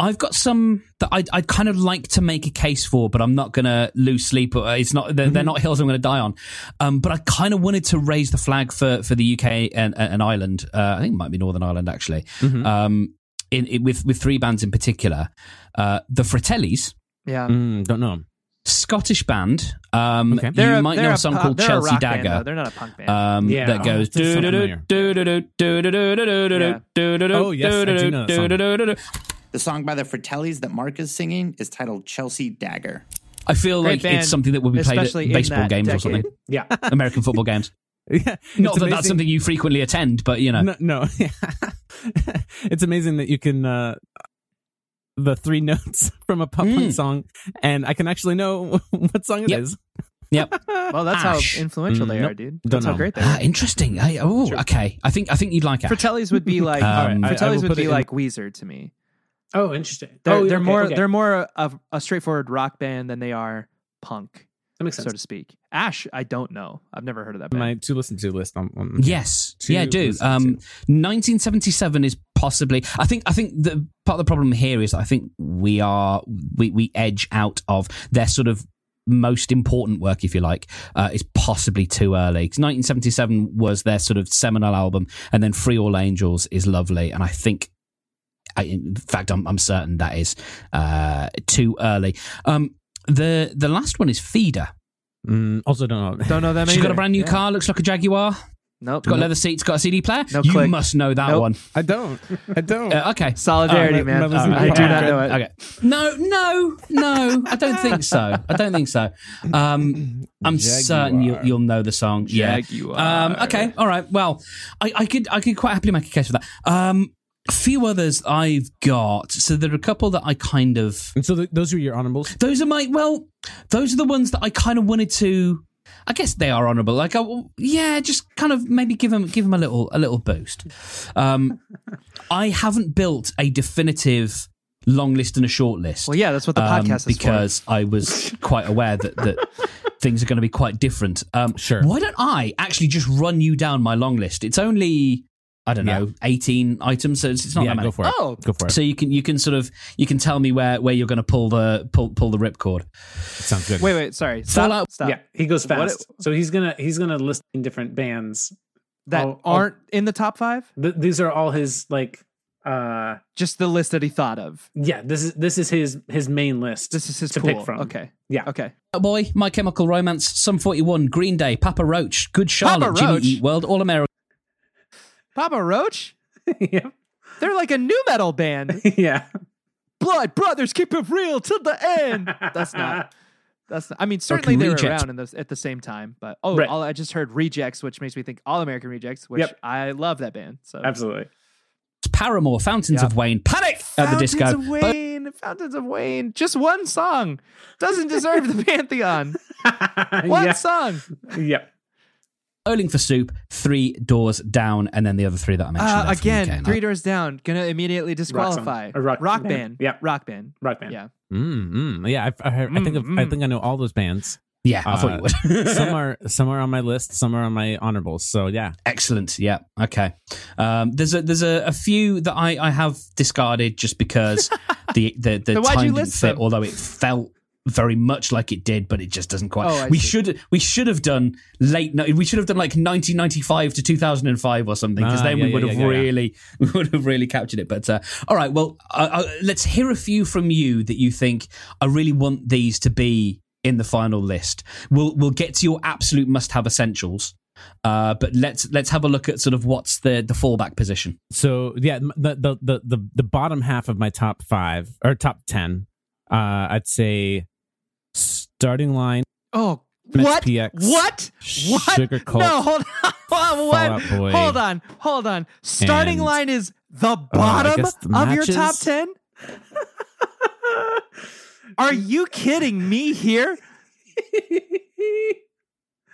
[SPEAKER 5] I've got some that I'd, I'd kind of like to make a case for, but I'm not going to lose sleep. Uh, It's not they're,
[SPEAKER 3] Mm-hmm.
[SPEAKER 5] they're not hills I'm going to die on. Um, but I kind of wanted to raise the flag for for the UK and, and Ireland. Uh, I think it might be Northern Ireland actually.
[SPEAKER 3] Hmm.
[SPEAKER 4] Mhm.
[SPEAKER 5] Um, in, in- with with three bands in particular, uh, the Fratellis,
[SPEAKER 3] Yeah.
[SPEAKER 4] Mm, don't know.
[SPEAKER 5] Scottish band. Um,
[SPEAKER 4] Okay.
[SPEAKER 5] You
[SPEAKER 3] a-
[SPEAKER 5] might know
[SPEAKER 3] a
[SPEAKER 5] a song
[SPEAKER 3] pu-
[SPEAKER 5] called
[SPEAKER 3] they're a
[SPEAKER 5] Chelsea
[SPEAKER 3] rock band, though.
[SPEAKER 5] Dagger.
[SPEAKER 3] they're not a punk band.
[SPEAKER 5] Um,
[SPEAKER 2] Yeah.
[SPEAKER 5] that goes
[SPEAKER 4] Oh, that
[SPEAKER 5] do
[SPEAKER 4] sounds
[SPEAKER 5] do do
[SPEAKER 4] familiar.
[SPEAKER 5] do do do do do do do
[SPEAKER 3] Yeah.
[SPEAKER 5] do do do
[SPEAKER 4] Oh, yes, I do know that song.
[SPEAKER 1] The song by the Fratellis that Mark is singing is titled Chelsea Dagger.
[SPEAKER 5] I feel
[SPEAKER 3] Great
[SPEAKER 5] like
[SPEAKER 3] band,
[SPEAKER 5] it's something that would be played at
[SPEAKER 3] especially in
[SPEAKER 5] baseball
[SPEAKER 3] that
[SPEAKER 5] games or
[SPEAKER 3] decade.
[SPEAKER 5] something.
[SPEAKER 2] Yeah.
[SPEAKER 5] American football games.
[SPEAKER 4] Yeah,
[SPEAKER 5] Not
[SPEAKER 4] it's
[SPEAKER 5] that that's
[SPEAKER 4] amazing-
[SPEAKER 5] something you frequently attend, but you know.
[SPEAKER 4] No, no. it's amazing that you can uh, the three notes from a pop punk
[SPEAKER 5] Mm.
[SPEAKER 4] song, and I can actually know what song it is.
[SPEAKER 5] Yep. Yep.
[SPEAKER 3] well, that's
[SPEAKER 5] Ash.
[SPEAKER 3] how influential
[SPEAKER 4] Mm,
[SPEAKER 3] they
[SPEAKER 4] nope.
[SPEAKER 3] are, dude.
[SPEAKER 4] Don't
[SPEAKER 3] That's how
[SPEAKER 4] know.
[SPEAKER 3] great they
[SPEAKER 5] Ah,
[SPEAKER 3] are.
[SPEAKER 5] interesting. I, oh, okay. I think I think you'd like it.
[SPEAKER 3] Fratellis would be like
[SPEAKER 5] Um,
[SPEAKER 4] Alright, I- I will
[SPEAKER 3] Fratellis would
[SPEAKER 4] put it
[SPEAKER 3] be
[SPEAKER 4] in-
[SPEAKER 3] like Weezer to me.
[SPEAKER 2] Oh, interesting.
[SPEAKER 3] They're,
[SPEAKER 2] oh,
[SPEAKER 3] they're
[SPEAKER 2] okay,
[SPEAKER 3] more
[SPEAKER 2] okay.
[SPEAKER 3] they're more of a straightforward rock band than they are punk,
[SPEAKER 2] That makes
[SPEAKER 3] so
[SPEAKER 2] sense.
[SPEAKER 3] to speak. Ash, I don't know. I've never heard of that band.
[SPEAKER 4] My to listen to list. On, on
[SPEAKER 5] Yes.
[SPEAKER 4] To
[SPEAKER 5] yeah, do.
[SPEAKER 4] listen
[SPEAKER 5] Um,
[SPEAKER 4] to.
[SPEAKER 5] 1977 is possibly. I think. I think the part of the problem here is I think we are we we edge out of their sort of most important work, if you like, uh, is possibly too early. 'Cause 1977 was their sort of seminal album, and then Free All Angels is lovely, and I think. I, in fact, I'm, I'm certain that is uh, too early. Um, the the last one is Feeder.
[SPEAKER 4] Mm, also, don't know.
[SPEAKER 3] Don't know them.
[SPEAKER 5] She's got a
[SPEAKER 3] either.
[SPEAKER 5] brand new
[SPEAKER 3] Yeah.
[SPEAKER 5] car, looks like a Jaguar.
[SPEAKER 3] Nope.
[SPEAKER 5] It's got leather seats, got a CD player.
[SPEAKER 3] No
[SPEAKER 5] you
[SPEAKER 3] click.
[SPEAKER 5] must know that
[SPEAKER 3] Nope.
[SPEAKER 5] one.
[SPEAKER 4] I don't. I don't.
[SPEAKER 5] Uh, okay.
[SPEAKER 3] Solidarity,
[SPEAKER 4] Uh, my-
[SPEAKER 3] man.
[SPEAKER 4] my listening
[SPEAKER 3] I do not know it.
[SPEAKER 5] Okay. No, no, no. I don't think so. I don't think so. Um, I'm certain you'll,
[SPEAKER 4] Jaguar.
[SPEAKER 5] you'll know the song. Yeah.
[SPEAKER 3] Jaguar.
[SPEAKER 5] Um, okay. All right. Well, I, I could I could quite happily make a case for that. Um, a few others I've got. So there are a couple that I kind of
[SPEAKER 4] And uh, so th- those are your honorables.
[SPEAKER 5] those are my well those are the ones that i kind of wanted to i guess they are honorable like I, yeah just kind of maybe give them give them a little a little boost um i haven't built a definitive long list and a short list
[SPEAKER 3] Well, yeah, that's what the
[SPEAKER 5] um,
[SPEAKER 3] podcast is
[SPEAKER 5] because i was quite aware that that things are going to be quite different um
[SPEAKER 4] Sure.
[SPEAKER 5] why don't i actually just run you down my long list it's only i don't know 18 items so it's, it's not
[SPEAKER 4] yeah,
[SPEAKER 5] that many
[SPEAKER 4] go for
[SPEAKER 3] for.
[SPEAKER 4] it.
[SPEAKER 3] Oh,
[SPEAKER 4] Go for it.
[SPEAKER 5] so you can you can sort of you can tell me where where you're going to pull the pull pull the ripcord.
[SPEAKER 4] Sounds good.
[SPEAKER 3] wait, wait. Sorry. Stop.
[SPEAKER 5] Fallout-
[SPEAKER 3] Stop.
[SPEAKER 2] Yeah, he goes
[SPEAKER 3] What
[SPEAKER 2] fast. so he's gonna he's gonna list in different bands.
[SPEAKER 3] That
[SPEAKER 2] I'll- I'll-
[SPEAKER 3] aren't in the top five.
[SPEAKER 2] Th- these are all his like. uh
[SPEAKER 3] Just the list that he thought of.
[SPEAKER 2] Yeah, this is this is his his main list.
[SPEAKER 3] This is his
[SPEAKER 2] to
[SPEAKER 3] pool.
[SPEAKER 2] pick from.
[SPEAKER 3] Okay.
[SPEAKER 2] Yeah.
[SPEAKER 3] Okay.
[SPEAKER 5] Uh, Boy, My Chemical Romance, Sum 41, Green Day, Papa Roach, Good Charlotte,
[SPEAKER 3] Papa
[SPEAKER 5] Jimmy
[SPEAKER 3] Roach?
[SPEAKER 5] Eat World, All America.
[SPEAKER 3] Papa Roach.
[SPEAKER 2] yeah,
[SPEAKER 3] They're like a new metal band.
[SPEAKER 2] yeah.
[SPEAKER 3] Blood brothers, keep it real till the end. That's not. That's not, I mean certainly
[SPEAKER 5] Fucking
[SPEAKER 3] they were
[SPEAKER 5] Rejects.
[SPEAKER 3] around in those at the same time, but oh,
[SPEAKER 2] Right.
[SPEAKER 3] all, I just heard Rejects, which makes me think All American Rejects, which
[SPEAKER 2] Yep.
[SPEAKER 3] I love that band. So
[SPEAKER 2] absolutely.
[SPEAKER 5] Paramore, Fountains
[SPEAKER 3] Yeah.
[SPEAKER 5] of Wayne, Panic at the
[SPEAKER 3] Fountains
[SPEAKER 5] Disco.
[SPEAKER 3] of
[SPEAKER 5] Bo-
[SPEAKER 3] Wayne, Fountains of Wayne, just one song doesn't deserve the pantheon. One
[SPEAKER 2] yeah,
[SPEAKER 3] song.
[SPEAKER 2] yeah.
[SPEAKER 5] Bowling for Soup, Three Doors Down, and then the other three that I mentioned.
[SPEAKER 3] Uh,
[SPEAKER 5] there from
[SPEAKER 3] again,
[SPEAKER 5] UK.
[SPEAKER 3] Three Doors Down, gonna immediately disqualify.
[SPEAKER 2] A rock band.
[SPEAKER 3] band.
[SPEAKER 2] Yeah.
[SPEAKER 3] rock band.
[SPEAKER 2] Rock band.
[SPEAKER 3] Yeah.
[SPEAKER 4] Mm, mm. Yeah, I, I, I think of, I
[SPEAKER 3] Mm,
[SPEAKER 4] think I know all those bands.
[SPEAKER 5] Yeah, I thought
[SPEAKER 4] Uh,
[SPEAKER 5] you would.
[SPEAKER 4] some are some are on my list. Some are on my honorables. So yeah,
[SPEAKER 5] Excellent. Yeah. Okay. Um, there's a there's a, a few that I, I have discarded just because the the, the
[SPEAKER 3] Then why'd
[SPEAKER 5] time
[SPEAKER 3] you
[SPEAKER 5] didn't
[SPEAKER 3] list
[SPEAKER 5] fit,
[SPEAKER 3] them?
[SPEAKER 5] although it felt very much like it did, but it just doesn't quite.
[SPEAKER 3] Oh, I
[SPEAKER 5] we
[SPEAKER 3] see.
[SPEAKER 5] should we should have done late. ni- We should have done like 1995 to 2005 or something, because
[SPEAKER 4] Ah,
[SPEAKER 5] then
[SPEAKER 4] yeah,
[SPEAKER 5] we
[SPEAKER 4] yeah,
[SPEAKER 5] would
[SPEAKER 4] yeah,
[SPEAKER 5] have
[SPEAKER 4] yeah, yeah.
[SPEAKER 5] really we would have really captured it. But uh, all right, well, uh, uh, let's hear a few from you that you think I really want these to be in the final list. We'll we'll get to your absolute must-have essentials. Uh, but let's let's have a look at sort of what's the the fallback position.
[SPEAKER 4] so yeah, m- the the the the, the bottom half of my top five or top ten, uh, I'd say starting line.
[SPEAKER 3] Oh,
[SPEAKER 4] Mets
[SPEAKER 3] what?
[SPEAKER 4] PX.
[SPEAKER 3] What? What?
[SPEAKER 4] Sugar Cult.
[SPEAKER 3] No, hold on. Hold on.
[SPEAKER 4] Fallout Boy.
[SPEAKER 3] Hold on. Hold on. Starting
[SPEAKER 4] And- oh,
[SPEAKER 3] line is the bottom
[SPEAKER 4] guess the
[SPEAKER 3] of your
[SPEAKER 4] matches?
[SPEAKER 3] top 10? Are you kidding me here?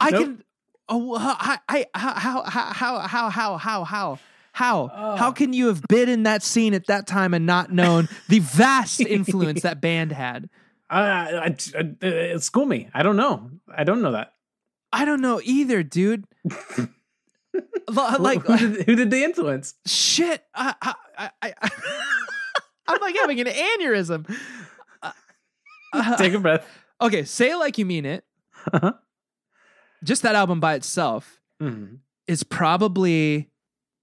[SPEAKER 3] I
[SPEAKER 2] Nope.
[SPEAKER 3] can. Oh, I, I, how, how, how, how, how, how, how? How how
[SPEAKER 4] Oh.
[SPEAKER 2] Ugh.
[SPEAKER 3] can you have been in that scene at that time and not known the vast influence that band had?
[SPEAKER 2] Uh, I, I, uh, school me. I don't know. I don't know that.
[SPEAKER 3] I don't know either, dude. like
[SPEAKER 2] who, did, who did they influence?
[SPEAKER 3] shit I, I, I, I, i'm like having an aneurysm Uh, uh,
[SPEAKER 2] Take a breath.
[SPEAKER 3] okay say it like you mean it
[SPEAKER 2] Uh-huh.
[SPEAKER 3] just that album by itself
[SPEAKER 2] Mhm.
[SPEAKER 3] is probably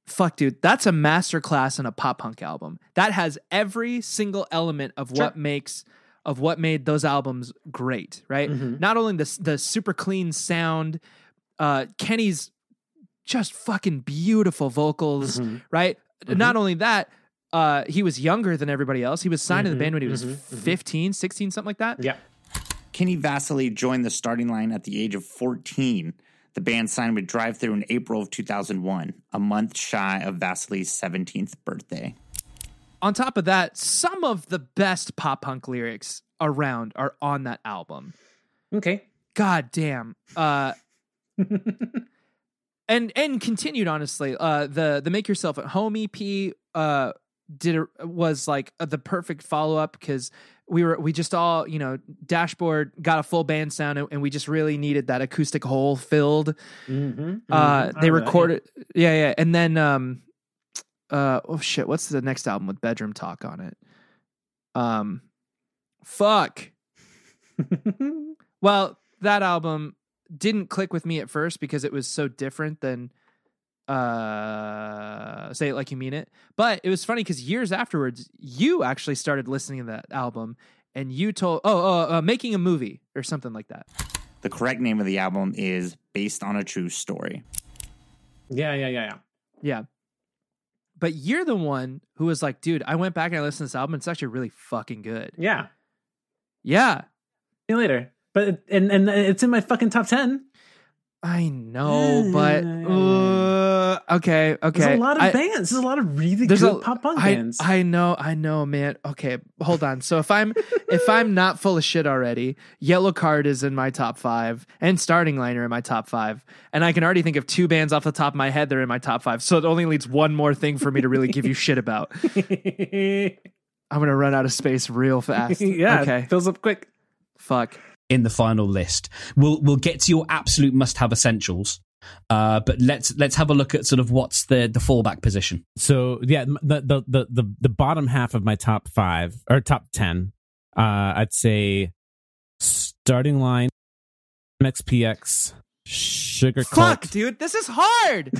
[SPEAKER 3] fuck dude that's a masterclass in a pop punk album that has every single element of what makes of what made those albums great right
[SPEAKER 2] Mhm.
[SPEAKER 3] not only the s- the super clean sound uh kenny's just fucking beautiful vocals
[SPEAKER 2] Mhm.
[SPEAKER 3] right?
[SPEAKER 2] Mhm.
[SPEAKER 3] Not only that, uh, he was younger than everybody else. He was signed to the
[SPEAKER 2] Mhm,
[SPEAKER 3] band when he was
[SPEAKER 2] mhm, mhm.
[SPEAKER 3] 15, 16, something like that.
[SPEAKER 2] Yeah.
[SPEAKER 1] Kenny Vasily joined the starting line at the age of 14. The band signed with Drive Thru in April of 2001, a month shy of Vasily's 17th birthday.
[SPEAKER 3] On top of that, some of the best pop punk lyrics around are on that album.
[SPEAKER 2] Okay.
[SPEAKER 3] God damn. Uh, and and continued honestly. Uh, the the Make Yourself at Home EP uh, did a, was like the perfect follow up because we were we just all you know dashboard got a full band sound and, and we just really needed that acoustic hole filled.
[SPEAKER 2] Mhm.
[SPEAKER 3] Uh,
[SPEAKER 2] Mhm. I
[SPEAKER 3] they
[SPEAKER 2] remember that,
[SPEAKER 3] recorded, yeah. yeah, and then um, uh, oh shit, what's the next album with Bedroom Talk on it? Um, fuck. Well, that album didn't click with me at first because it was so different than uh say it like you mean it but it was funny because years afterwards you actually started listening to that album and you told oh, oh uh, making a movie or something like that
[SPEAKER 1] The correct name of the album is Based on a True Story.
[SPEAKER 2] yeah. Yeah. Yeah. Yeah.
[SPEAKER 3] Yeah. But you're the one who was like, dude, I went back and I listened to this album. It's actually really fucking good.
[SPEAKER 2] Yeah.
[SPEAKER 3] Yeah.
[SPEAKER 2] See you later. But it- and and it's in my fucking top ten.
[SPEAKER 3] I know, but uh, okay, okay.
[SPEAKER 2] There's a lot of
[SPEAKER 3] I-
[SPEAKER 2] bands. There's a lot of really
[SPEAKER 3] there's
[SPEAKER 2] good
[SPEAKER 3] a-
[SPEAKER 2] pop punk
[SPEAKER 3] I,
[SPEAKER 2] bands.
[SPEAKER 3] I know, I know, man. Okay, hold on. So if I'm if I'm not full of shit already, Yellow Card is in my top five, and Starting Line are in my top five, and I can already think of two bands off the top of my head that are in my top five. So it only leaves one more thing for me to really give you shit about. I'm gonna run out of space real fast.
[SPEAKER 2] yeah,
[SPEAKER 3] Okay.
[SPEAKER 2] it fills up quick.
[SPEAKER 3] Fuck.
[SPEAKER 5] in the final list. We'll we'll get to your absolute must-have essentials, uh, but let's let's have a look at sort of what's the the fallback position.
[SPEAKER 4] So yeah, m- the the the the, the bottom half of my top five or top ten, uh, I'd say starting line, MXPX, Sugar
[SPEAKER 3] Fuck,
[SPEAKER 4] Cult.
[SPEAKER 3] dude, this is hard.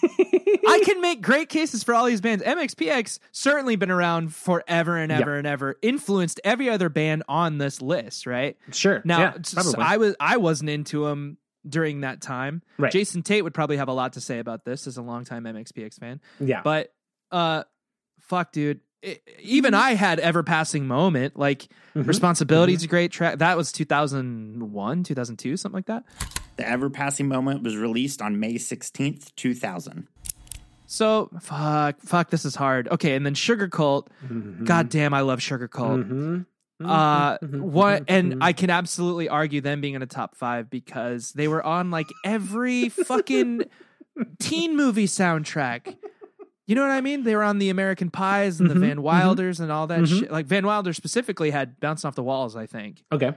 [SPEAKER 3] I can make great cases for all these bands. MXPX certainly been around forever and
[SPEAKER 2] Yeah.
[SPEAKER 3] ever and ever. Influenced every other band on this list, right?
[SPEAKER 2] Sure.
[SPEAKER 3] Now,
[SPEAKER 2] yeah,
[SPEAKER 3] s-
[SPEAKER 2] probably.
[SPEAKER 3] I was I wasn't into them during that time.
[SPEAKER 2] right.
[SPEAKER 3] Jason Tate would probably have a lot to say about this as a longtime MXPX fan.
[SPEAKER 2] yeah.
[SPEAKER 3] But uh, fuck, dude. I- even I had ever passing moment. Like
[SPEAKER 2] Mhm.
[SPEAKER 3] responsibility's a great track. That was two thousand one, two thousand two, something like that.
[SPEAKER 1] The Ever Passing Moment was released on May 16th, 2000.
[SPEAKER 3] So fuck, fuck, this is hard. Okay, and then Sugar Cult.
[SPEAKER 2] Mhm.
[SPEAKER 3] God damn, I love Sugar Cult.
[SPEAKER 2] Mhm.
[SPEAKER 3] Uh,
[SPEAKER 2] Mhm.
[SPEAKER 3] what? And
[SPEAKER 2] Mhm.
[SPEAKER 3] I can absolutely argue them being in a top five because they were on like every fucking teen movie soundtrack. You know what I mean? They were on the American Pies and
[SPEAKER 2] Mhm,
[SPEAKER 3] the Van
[SPEAKER 2] mhm.
[SPEAKER 3] Wilders and all that
[SPEAKER 2] Mhm.
[SPEAKER 3] shit. Like Van Wilder specifically had bouncing off the walls. I think.
[SPEAKER 2] okay.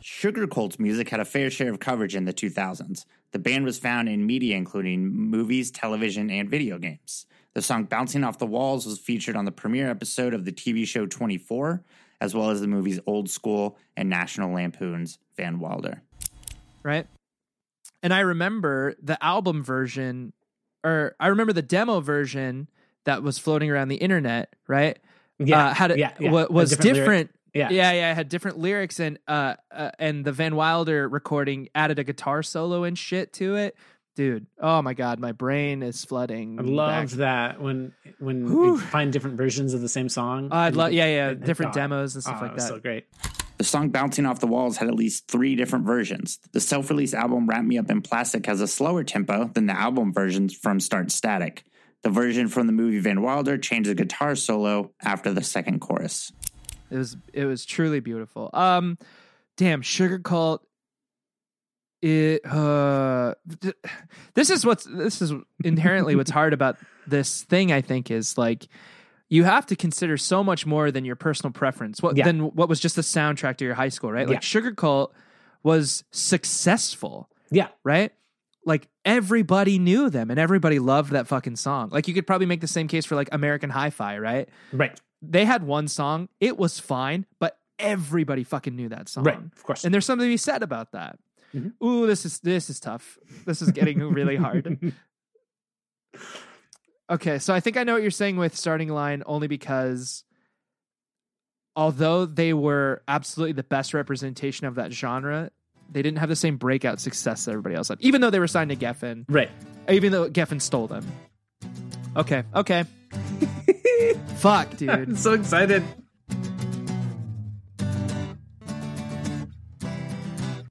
[SPEAKER 1] Sugar Colt's music had a fair share of coverage in the 2000s. The band was found in media including movies, television, and video games. The song Bouncing Off the Walls was featured on the premiere episode of the TV show 24, as well as the movies Old School and National Lampoon's Van Wilder.
[SPEAKER 3] right? And I remember the album version, or I remember the demo version that was floating around the internet, right?
[SPEAKER 2] Yeah.
[SPEAKER 3] uh, had a,
[SPEAKER 2] yeah, yeah.
[SPEAKER 3] wa-
[SPEAKER 2] A
[SPEAKER 3] was
[SPEAKER 2] different
[SPEAKER 3] different.
[SPEAKER 2] lyric. Yeah.
[SPEAKER 3] yeah, yeah. It had different lyrics, and uh, uh, and the Van Wilder recording added a guitar solo and shit to it. Dude, oh my god, my brain is flooding.
[SPEAKER 2] I
[SPEAKER 3] back.
[SPEAKER 2] loved that when when
[SPEAKER 3] Whew.
[SPEAKER 2] you find different versions of the same song.
[SPEAKER 3] I'd love, yeah, yeah,
[SPEAKER 2] and- and-
[SPEAKER 3] different
[SPEAKER 2] oh,
[SPEAKER 3] demos and
[SPEAKER 2] oh,
[SPEAKER 3] stuff
[SPEAKER 2] it
[SPEAKER 3] like
[SPEAKER 2] was
[SPEAKER 3] that.
[SPEAKER 2] So great.
[SPEAKER 1] The song Bouncing Off the Walls had at least three different versions. The self release album Wrap Me Up in Plastic has a slower tempo than the album versions from Start Static. The version from the movie Van Wilder changed the guitar solo after the second chorus.
[SPEAKER 3] It was it was truly beautiful. Um, damn, Sugar Cult. It uh, th- this is what's this is inherently what's hard about this thing. I think is like you have to consider so much more than your personal preference. What
[SPEAKER 2] Yeah.
[SPEAKER 3] than what was just the soundtrack to your high school, right?
[SPEAKER 2] Yeah.
[SPEAKER 3] Like Sugar Cult was successful,
[SPEAKER 2] Yeah.
[SPEAKER 3] right? Like everybody knew them and everybody loved that fucking song. Like you could probably make the same case for like American Hi-Fi, right?
[SPEAKER 2] Right.
[SPEAKER 3] They had one song, it was fine, but everybody fucking knew that song.
[SPEAKER 2] Right. Of course.
[SPEAKER 3] Um, And there's something to be said about that.
[SPEAKER 2] Mhm.
[SPEAKER 3] Ooh, this is this is tough. This is getting really hard. Okay, so I think I know what you're saying with starting line only because although they were absolutely the best representation of that genre, they didn't have the same breakout success that everybody else had. Even though they were signed to Geffen,
[SPEAKER 2] right.
[SPEAKER 3] even though Geffen stole them. Okay, okay. Fuck, dude.
[SPEAKER 2] so excited.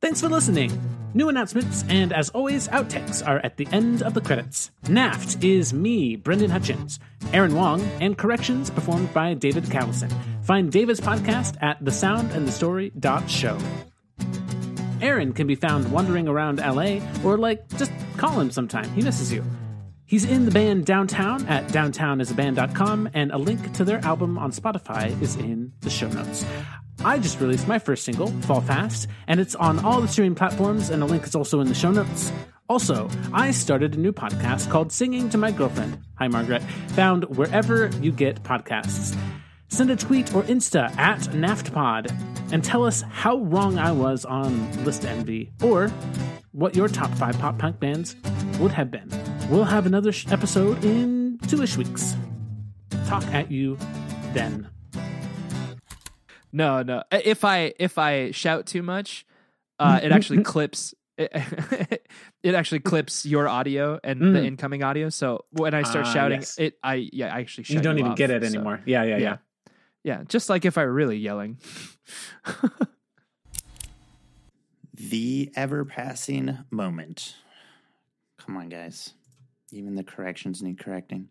[SPEAKER 2] Thanks for listening. New announcements and, as always, outtakes are at the end of the credits. Naft is me, Brendan Hutchins, Aaron Wong, and corrections performed by David Callison. Find David's podcast at thesoundandthestory.show. Aaron can be found wandering around LA or, like, just call him sometime. He misses you. He's in the band Downtown at downtownisaband.com, and a link to their album on Spotify is in the show notes. I just released my first single, Fall Fast, and it's on all the streaming platforms, and a link is also in the show notes. Also, I started a new podcast called Singing to My Girlfriend. Hi, Margaret. Found wherever you get podcasts. Send a tweet or Insta at NaftPod and tell us how wrong I was on List Envy or what your top five pop punk bands would have been. We'll have another sh- episode in two ish weeks. Talk at you then.
[SPEAKER 3] No, no. If I if I shout too much, uh,
[SPEAKER 2] Mm,
[SPEAKER 3] it actually clips it, it actually clips your audio and the
[SPEAKER 2] Mm.
[SPEAKER 3] incoming audio. So when I start
[SPEAKER 2] Ah,
[SPEAKER 3] shouting,
[SPEAKER 2] yes.
[SPEAKER 3] it I yeah, I actually shut
[SPEAKER 2] you don't even
[SPEAKER 3] off,
[SPEAKER 2] get it
[SPEAKER 3] so-
[SPEAKER 2] anymore. Yeah, yeah, yeah.
[SPEAKER 3] Yeah, just like if I were really yelling.
[SPEAKER 1] The ever passing moment. Come on, guys. Even the corrections need correcting.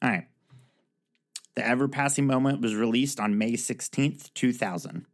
[SPEAKER 1] All right. The ever passing moment was released on May 16th, 2000.